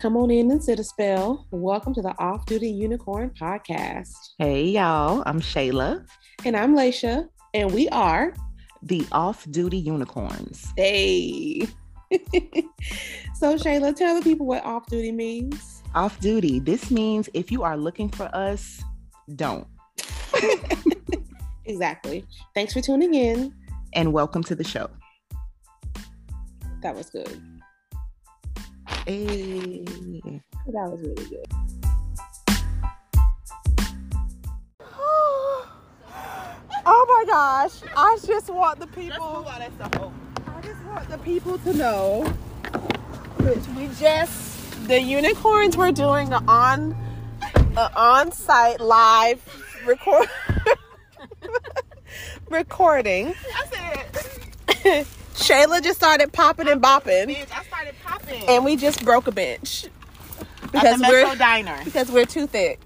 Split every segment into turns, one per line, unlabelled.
Come on in and sit a spell. Welcome to the Off Duty Unicorn Podcast.
Hey, y'all. I'm Shayla,
And I'm Laisha, and we are
the off duty unicorns.
Hey. so, Shayla, tell the people what off duty means.
Off duty. This means if you are looking for us, don't.
Exactly. Thanks for tuning in.
And welcome to the show.
That was good.
Hey.
That was really good.
Oh my gosh. I just want the people. I just want the people to know. Which we just the unicorns were doing an on a on-site live record recording. Shayla just started popping and bopping,
Bitch, I started popping at
and we just broke a bench
the
because
Metro
we're
Diner.
because we're too thick.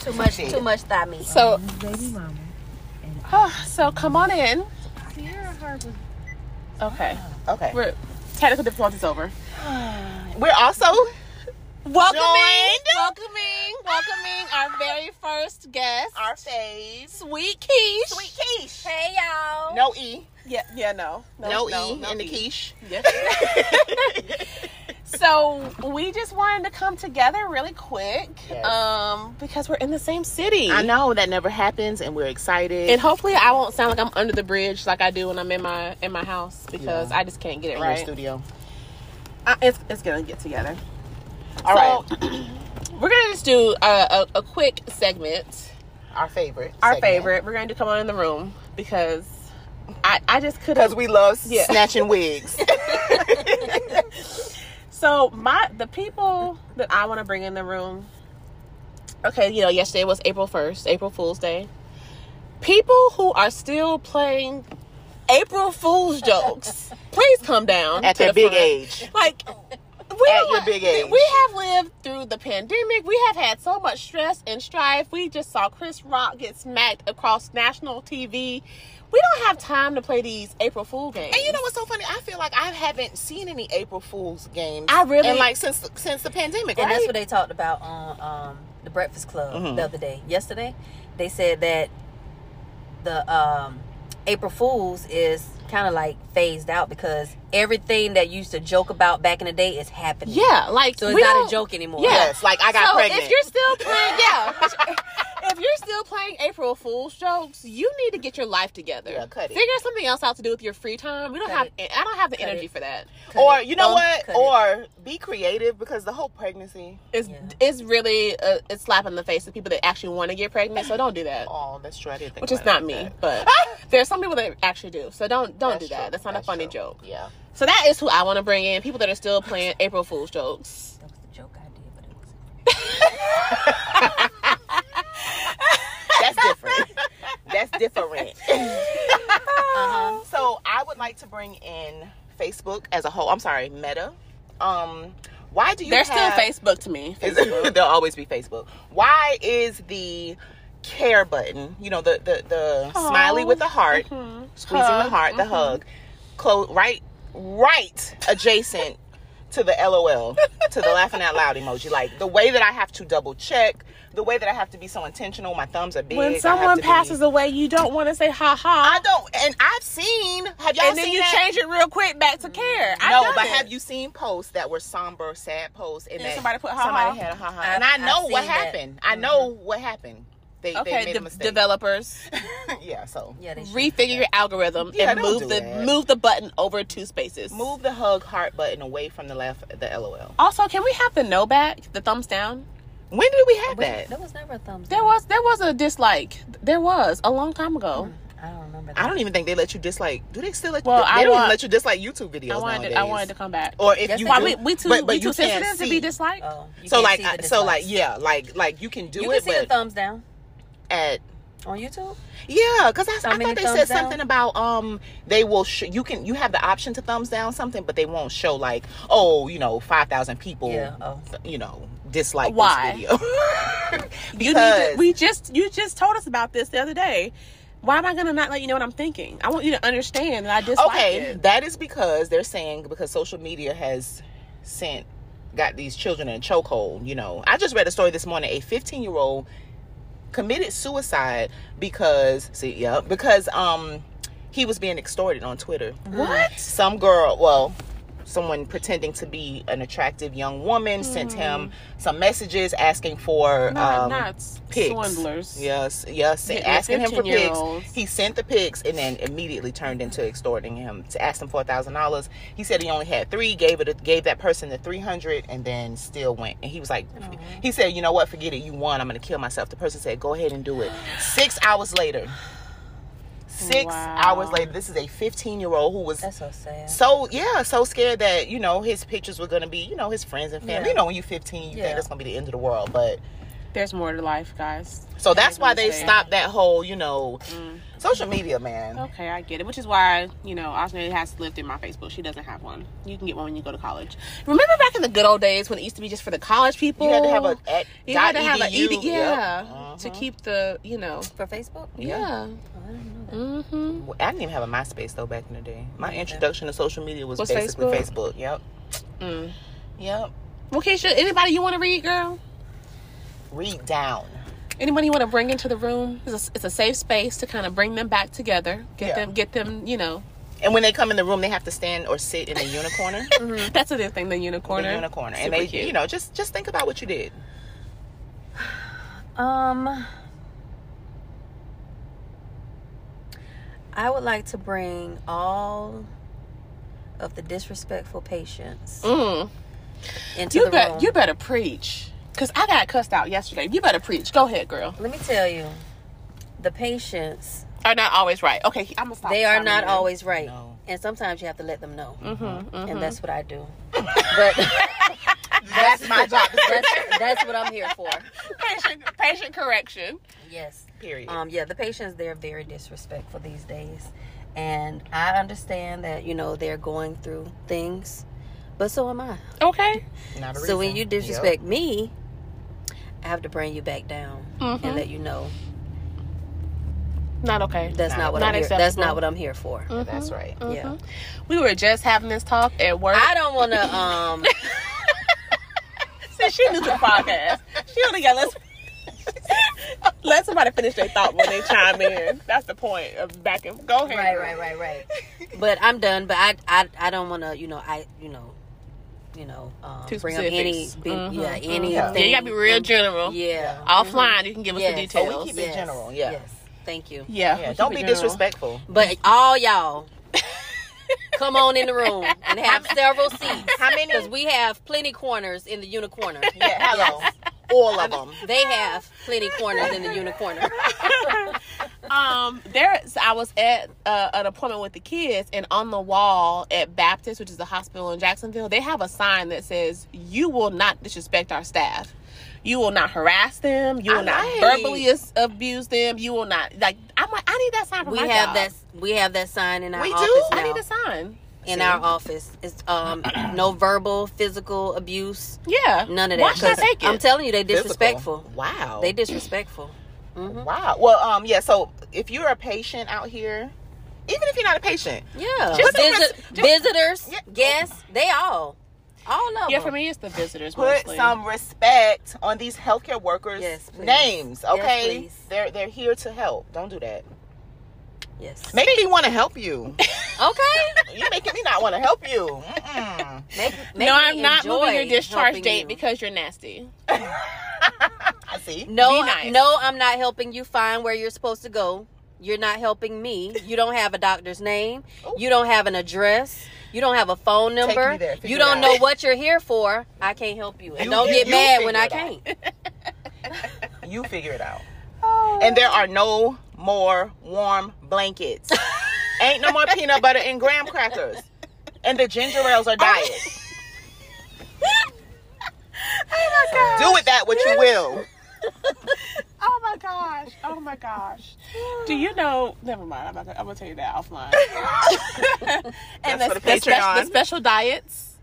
Too much, too much thigh meat.
So, oh, so come on in. Okay,
Okay.
we're technical difficulties over.
We're also
Welcoming,
Joined.
welcoming, welcoming our very first guest,
our faves.
sweet quiche.
Sweet quiche.
Hey y'all.
No E.
Yeah, yeah, no,
No, E in the quiche.
So we just wanted to come together really quick,
Yes.
um, because we're in the same city.
I know that never happens and we're excited.
And hopefully, I won't sound like I'm under the bridge like I do when I'm in my in my house because
Yeah.
I just can't get it
in your
right.
studio.
I, it's, it's gonna get together.
All right.
so, we're gonna just do a, a, a quick segment.
Our favorite.
Our
segment.
favorite. We're gonna do come on in the room because I I just could
Because
have.
we love
Yeah.
snatching wigs.
So my the people that I want to bring in the room. Okay, you know, yesterday was April first, April Fool's Day. People who are still playing April Fool's jokes, please come down
at
to
their
the
big
front.
age.
Like
Oh.
we
At
don't-
your big age.
We have lived through the pandemic. We have had so much stress and strife. We just saw Chris Rock get smacked across national TV. We don't have time to play these April Fool games.
And you know what's so funny? I feel like I haven't seen any April Fool's games.
I really-
and like since since the pandemic.
And that's
right?
what they talked about on um, the Breakfast Club
Mhm.
the other day. Yesterday, they said that the um, April Fools is kind of like phased out because everything that you used to joke about back in the day is happening.
Yeah, like
So it's
we
not
don't-
a joke anymore.
Yeah.
Yes, like I got
so
pregnant.
If you're still playing, yeah. if you're still playing April Fool's jokes, you need to get your life together.
Yeah, cut it.
Figure something else out to do with your free time. We don't
Cut
have. I don't have the
Cut
energy
it.
for that.
Cut
or
it.
you know
Don't
what?
cut
Or
it.
be creative because the whole pregnancy.
It's
Yeah.
it's really a, a slap in the face to people that actually want to get pregnant. So don't do that.
Oh, that's true. I didn't think
Which is
about
not
it
me,
like that.
but there's some people that actually do. So don't don't
That's
do that.
true.
That's not a funny
true.
joke.
Yeah.
So that is who I want to bring in. People that are still playing April Fool's jokes.
That was the joke I did, but it was
That's different. That's different. Uh-huh. So I would like to bring in Facebook as a whole. I'm sorry, Meta. Um, why do you?
They're
have-
still Facebook to me.
Is- There'll always be Facebook. Why is the care button? You know the the the smiley with the heart, squeezing the
Mm-hmm. Hug. Mm-hmm.
heart, the hug, close right right adjacent to the LOL, to the laughing out loud emoji. Like the way that I have to double check, the way that I have to be so intentional. My thumbs are big. I
When
have
someone
to be-
passes away, you don't want to say ha ha.
I don't, and I've seen. Have y'all
and then
seen
you
that?
change it real quick back to care.
Mm-hmm.
I
no,
done
but
it.
have you seen posts that were somber, sad posts, and
Then
that
somebody put ha-ha.
somebody had a ha ha,
I've-
and I
I've
know what
seen that. Mm-hmm.
happened. I know what happened. They, they
Okay,
made
de-
a mistake.
developers
yeah, so
yeah, they should.
refigure your algorithm
Yeah,
and
don't
move
do
the
that.
move the button over two spaces.
move the hug heart button away from the left, the LOL.
Also, can we have the no back, the thumbs down?
When did we have
Wait,
that?
There was never a thumbs
There
up.
was there was a dislike. There was a long time ago.
Mm-hmm.
I don't remember that.
I don't even think they let you dislike. Do they still let?
Well,
they
I
don't even
want-
let you dislike YouTube videos
I wanted
nowadays.
to, I wanted to come back.
Or if
Yes,
Oh, you
they
Why
do,
we, we too
but, but
we too
you can't
sensitive to
see.
be disliked?
Oh, you
So
can't
like,
see the
I- so like,
dislikes.
yeah, like like you can do
you
it,
can see the
but
thumbs down
at
on YouTube.
Yeah, because I,
So
I
many
thought they
thumbs
said
down?
something about um they will sh- you can you have the option to thumbs down something, but they won't show like oh you know five thousand people
Yeah. Oh.
you know dislike
Why?
this video
You need
because
to, we just you just told us about this the other day. Why am I gonna not let you know what I'm thinking? I want you to understand that I dislike
okay
it.
that is because they're saying because social media has sent got these children in a chokehold. You know, I just read a story this morning. A 15 year old committed suicide because see, yeah, because um he was being extorted on Twitter. What? Some girl, well, someone pretending to be an attractive young woman sent him some messages asking for
Hmm. Not,
um,
not
pigs.
swindlers.
Yes, yes,
Hitting
asking him for pics.
15-year-olds.
He sent the pics and then immediately turned into extorting him to ask him for a thousand dollars. He said he only had three, gave it, gave that person the three hundred, and then still went. And he was like, he said, you know what, forget it, you won. I'm gonna kill myself. The person said, go ahead and do it. Six hours later. Six
Wow.
hours later, this is a 15 year old who was
That's so sad.
so yeah, so scared that you know his pictures were gonna be you know his friends and family.
Yeah.
You know when you're 15, you
Yeah.
think that's gonna be the end of the world. But
There's more to life, guys.
so that's why they
Yeah.
stopped that whole you know social media man.
Mm, Okay, I get it. Which is why, you know, Osnay has lived in my Facebook. She doesn't have one. You can get one when you go to college. Remember back in the good old days when it used to be just for the college people?
You had to have a at,
You had to have an
.edu,
ED,
E yep.
yeah, to
Mhm.
keep the, you know,
For Facebook? Oh,
yeah. Mm-hmm.
Well, I didn't even have a MySpace though back in the day. My introduction to social media was,
Was
basically Facebook.
Facebook?
Yep.
Mm.
Yep.
Well, Keisha, anybody you want to read, girl?
Read down.
Anybody you want to bring into the room? It's a, it's a safe space to kind of bring them back together. Get
Yeah.
them, get them, you know.
And when they come in the room, they have to stand or sit in a unicorner.
That's the other thing, the unicorn.
The unicorner, and they, you know, just just think about what you did.
Um, I would like to bring all of the disrespectful patients
Mm.
into
You
the room.
bet. You better preach, cause I got cussed out yesterday. You better preach. Go ahead, girl.
Let me tell you, the patients
Are not always right. Okay, I'm gonna stop.
they are not always right,
No.
and sometimes you have to let them know,
Mm-hmm,
and that's what I do. But
That's my job.
that's that's what I'm here for.
patient, patient correction.
Yes.
Period.
Um, yeah, the patients they're very disrespectful these days, and I understand that you know they're going through things, but so am I.
Okay.
Not a
So when
reason.
you
Yep.
disrespect me, I have to bring you back down
Mm-hmm.
and let you know
Not okay.
that's not,
Not-
what
not
I'm here. That's
acceptable.
not what I'm here for.
That's right.
Mm-hmm.
Yeah,
We were just having this talk at work.
I don't want to. Um,
Since she knew the podcast, she only got let's let somebody finish their thought when they chime in. That's the point of back and go ahead.
right, right, right, right. But I'm done. But I, I, I don't want to. You know, I, you know, you know, um,
Too
bring up any,
specifics. Mm-hmm.
be, Mm-hmm. yeah, any.
Yeah.
Yeah, you gotta be real general.
Yeah.
Offline, you can give us
Yes.
the
Oh,
details.
we
keep it general, yeah.
Yes. Thank you.
Yeah.
Yeah, don't be disrespectful.
But all y'all, come on in the room and have several seats.
How many?
Because we have plenty corners in the unicorner.
Yeah, hello. All of them.
They have plenty corners in the unicorner.
Um, there's I was at uh, an appointment with the kids, and on the wall at Baptist, which is a hospital in Jacksonville, they have a sign that says, "You will not disrespect our staff. You will not harass them. You will
I
not
like-
verbally as- abuse them. You will not like." I'm like, I need that sign for
We
my
have
job.
that. We have that sign in our
We do?
office
I
now.
need a sign.
in our office, it's um no verbal, physical abuse,
Yeah,
none of that.
Why should I
'Cause
take it?
I'm telling you, they
Physical. Oh.
disrespectful.
Wow.
They disrespectful. hmm
Wow. Well, um, yeah. So if you're a patient out here, even if you're not a patient,
Yeah,
Just so
Visi-
much- just-
visitors,
Yeah.
guests, they all, all of
yeah,
them.
for me, it's the visitors.
put
mostly.
some respect on these healthcare workers'
Yes, please.
names.
Yes,
Okay,
please.
they're they're here to help. Don't do that.
Yes.
Maybe they want to help you.
okay.
you're making me not want to help you. Mm-mm.
Make, make
No,
me
I'm not moving your
enjoy
discharge
helping
date
you.
because you're nasty.
I see.
no,
Be nice.
no, I'm not helping you find where you're supposed to go. You're not helping me. You don't have a doctor's name.
Ooh.
You don't have an address. You don't have a phone
Oh. Take me
number.
there. Figure
you
it
don't
out.
know what you're here for. I can't help you. And
You-
don't
you-
get
you
mad when I
figure it
can't.
You figure it out.
Oh.
And there are no more warm blankets. Ain't no more peanut butter and graham crackers. And the ginger ales are diet. Do with that what you will.
Oh my gosh! Oh my gosh! Do you know? Never mind. I'm, not gonna, I'm gonna tell you that offline. and
That's
the,
for the
the spec-
Patreon.
the special diets.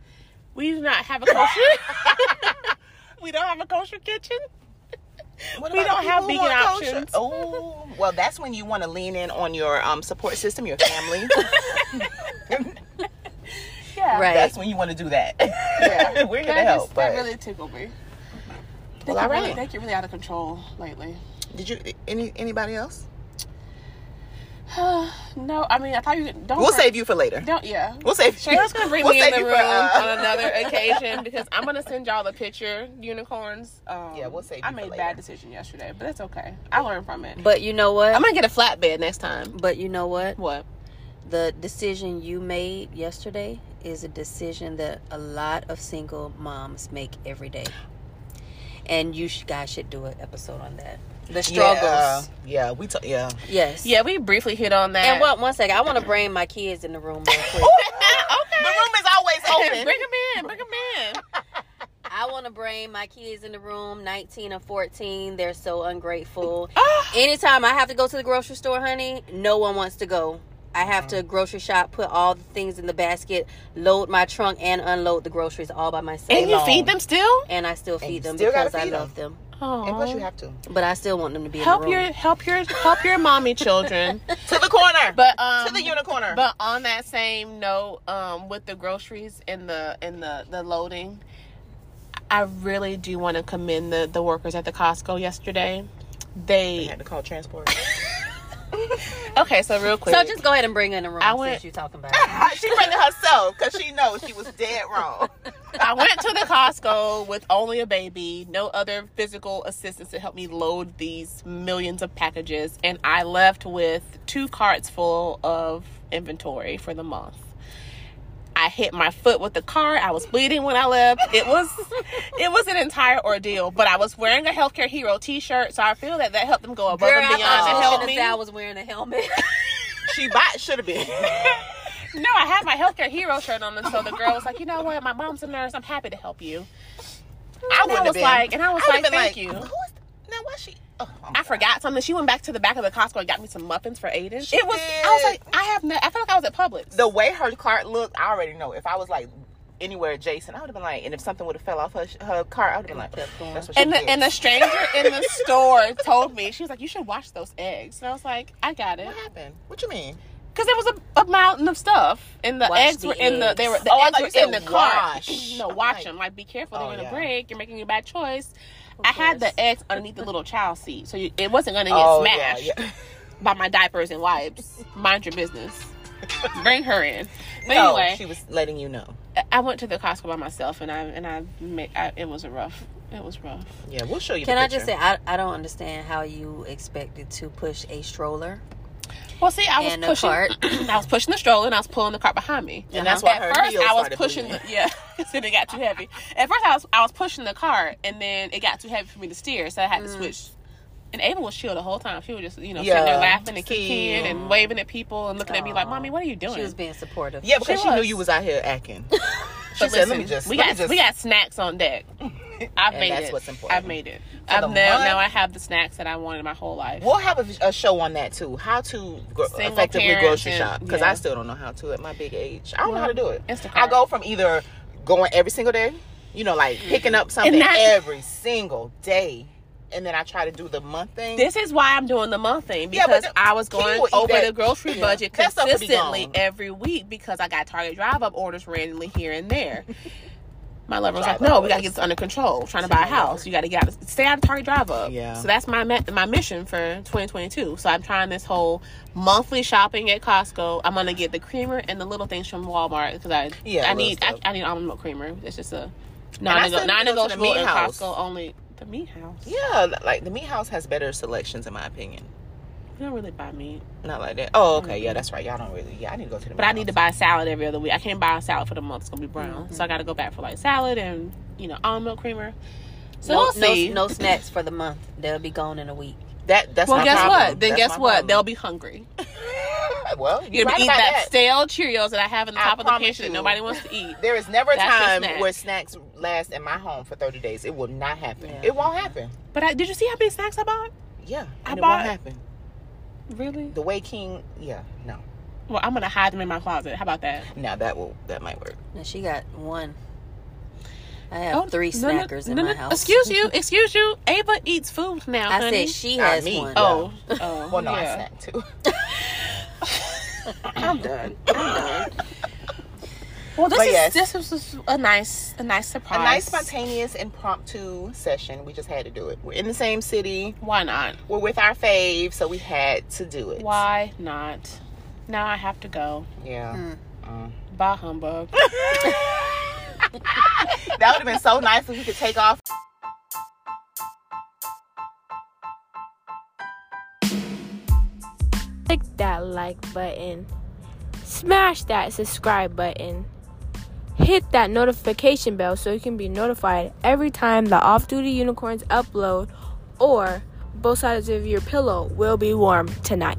We do not have a kosher. we don't have a kosher kitchen.
What
We
about
don't
the
have
people who
vegan
want kosher?
options.
Oh, well, that's when you want to lean in on your um, support system, your family.
Yeah, Yeah.
Right.
That's when you want to do that.
Yeah.
We're here to
That,
help.
just,
but
that really tickled me. They
Well,
get
all
Really,
right.
they get really out of control lately.
did you any anybody else?
no, I mean I thought you don't.
We'll
bring-
save you for later.
Don't yeah.
We'll save.
Cheryl's gonna bring
we'll
me in
save
the
you
room
for, uh,
on another occasion because I'm gonna send y'all the picture unicorns. Um,
Yeah, we'll save
I
you for
made a
later.
bad decision yesterday, but that's okay. I learned from it.
But you know what?
I'm gonna get a flatbed next time.
but you know what?
What?
The decision you made yesterday is a decision that a lot of single moms make every day. And you sh- guys should do an episode on that. The
Yeah,
struggles.
yeah, we talk. Yeah.
Yes.
Yeah, we briefly hit on that.
And what? One second. I want to bring my kids in the room real quick.
The room is always
bring
open.
them in. Bring them in.
I want to bring my kids in the room, 19 and 14. They're so ungrateful.
Ah.
Anytime I have to go to the grocery store, honey, no one wants to go. I have to grocery shop, put all the things in the basket, load my trunk, and unload the groceries all by myself.
And you
long.
feed them still?
And I still
you
feed them
still gotta
because I
feed 'em.
love them.
and plus, you
Oh.
have to
But I still want them to be
Help
in the room.
your help your help your mommy children.
to the corner.
But um
to the unicorner.
But on that same note, um, with the groceries and the and the the loading, I really do want to commend the the workers at the Costco yesterday.
I
They
had to call transport.
okay, so real quick,
so just go ahead and bring her in the room
I
since
went-
you're talking about it.
Uh, she bringing herself because she knows she was dead wrong.
I went to the Costco with only a baby, no other physical assistance to help me load these millions of packages, and I left with two carts full of inventory for the month. I hit my foot with the cart. I was bleeding when I left. It was, it was an entire ordeal. But I was wearing a healthcare hero T-shirt, so I feel that that helped them go above
Girl,
and
I
beyond
thought you
to
was
help
gonna
me.
say I was wearing a helmet.
She bought should have been.
No, I had my healthcare hero shirt on, and so the girl was like, "You know what? My mom's a nurse. I'm happy to help you."
I
And I
wouldn't
was
have been.
like, and I was
I
like,
would've
thank
been
you.
Who is now? Why she? Oh, oh my
I forgot something. She went back to the back of the Costco and got me some muffins for Aiden. it was.
did.
I was like, I have no. I felt like I was at Publix.
the way her cart looked, I already know. If I was like anywhere adjacent, I would have been like, and if something would have fell off her, her cart, I would have been like,
Kept going.
that's what she
and the,
did.
and the stranger in the store told me she was like, you should wash those eggs. And I was like, I got it
what happened? What you mean?
because there was a, a mountain of stuff, and the
Wash
eggs
the
were in the. They were the
Oh, I thought
eggs
you
were in the
said
cart.
wash.
No,
I'm
watch
like-
them. Like, be careful.
Oh,
They're gonna
yeah.
break. You're making a bad choice. I had the eggs underneath the little child seat, so you, it wasn't gonna get
yeah,
smashed.
yeah.
by my diapers and wipes. Mind your business. Bring her in. But
No,
anyway,
Oh, she was letting you know.
I- I went to the Costco by myself, and I and I, ma- I it was a rough. It was rough.
Yeah, we'll show you.
Can
the
I just say
picture.
I, I don't understand how you expected to push a stroller
Well, see, I was
And a
pushing.
cart.
I was pushing the stroller, and I was pulling the cart behind me.
And
Uh-huh.
that's why
At
her
first,
heels
I was
started
pushing. The,
bleeding.
yeah, then it got too heavy. At first, I was I was pushing the cart, and then it got too heavy for me to steer, so I
Mm.
had to switch. And Ava was chill the whole time. She was just, you know, sitting there
Yeah.
laughing and
See. um,
kicking and waving at people and looking at me like,
Aw.
"Mommy, what are you doing?"
She was being supportive.
Yeah, because
She
she, knew
was.
you was out here acting. she
But
said, "Let
listen,
me just,
We
let
got
me just,
we got snacks on deck. I've
And
made
that's
it.
what's important.
I've made it.
For
I've
the
now,
month.
now I have the snacks that I wanted my whole life.
We'll have a, a show on that too. How to gro-
Single
effectively
parents
grocery
and-
shop? Because
yeah.
I still don't know how to at my big age. I don't know how to do it.
Instacart.
I go from either going every single day, you know, like picking up something
that-
every single day, and then I try to do the month thing.
This is why I'm doing the month thing
Yeah,
because
but the-
I was
Key
going
will eat
over
that.
the grocery
Yeah.
budget
That stuff will be
consistently
gone.
every week because I got Target drive up orders randomly here and there. My lover was like,
Drive-up
"No, we gotta
orders.
get this under control. trying to buy a house, you gotta get out, stay out of Target drive up."
Yeah.
So that's my me- my mission for 2022. So I'm trying this whole monthly shopping at Costco. I'm gonna get the creamer and the little things from Walmart because I
Yeah,
I
little
need I,
stuff.
I need almond milk creamer. It's just a
I said we
non
go to the
negotiable
meat
in
house.
Costco only. The meat house.
yeah, like the meat house has better selections in my opinion.
You don't really buy meat.
Not like that. Oh, okay, yeah, that's right. Y'all don't really. Yeah, I need to go to the.
Mm-hmm. But I need to buy a salad every other week. I can't buy a salad for the month. It's gonna be brown. So I gotta go back for like salad and you know almond milk creamer. So
no,
we'll see.
no, no snacks for the month. They'll be gone in a week.
that. That's
well,
my
guess
problem.
what? Then
That's
guess
my
what?
problem.
They'll be hungry.
well, you're
You're gonna
right
be eating
about
that,
that.
stale Cheerios that I have in the
I
top of the
promise
kitchen that
you.
nobody wants to eat.
There is never a
That's your
time
snack.
where snacks last in my home for 30 days. It will not happen.
Yeah.
It won't happen.
But I, did you see how many snacks I bought?
Yeah.
I
And it
bought-
won't happen.
Really?
The way King, yeah, no.
Well, I'm gonna hide them in my closet. How about that?
Now that will that might work.
Now she got one. I have three
Oh, no, no,
snackers in
no,
my
no.
house.
Excuse you, excuse you. Ava eats food now,
I
honey.
said she
Not
has
me.
one.
Oh.
oh, oh,
Well, no, I
yeah.
snack too.
I'm done. I'm done. Well, this
But
is
yes.
this is a nice a nice surprise.
A nice spontaneous impromptu session. We just had to do it. We're in the same city.
Why not?
We're with our fave, so we had to do it.
Why not? Now I have to go.
Yeah.
Hmm.
Mm.
Bye, humbug.
That would have been so nice if we could take off.
Click that like button, smash that subscribe button, hit that notification bell so you can be notified every time the off duty unicorns upload, or both sides of your pillow will be warm tonight.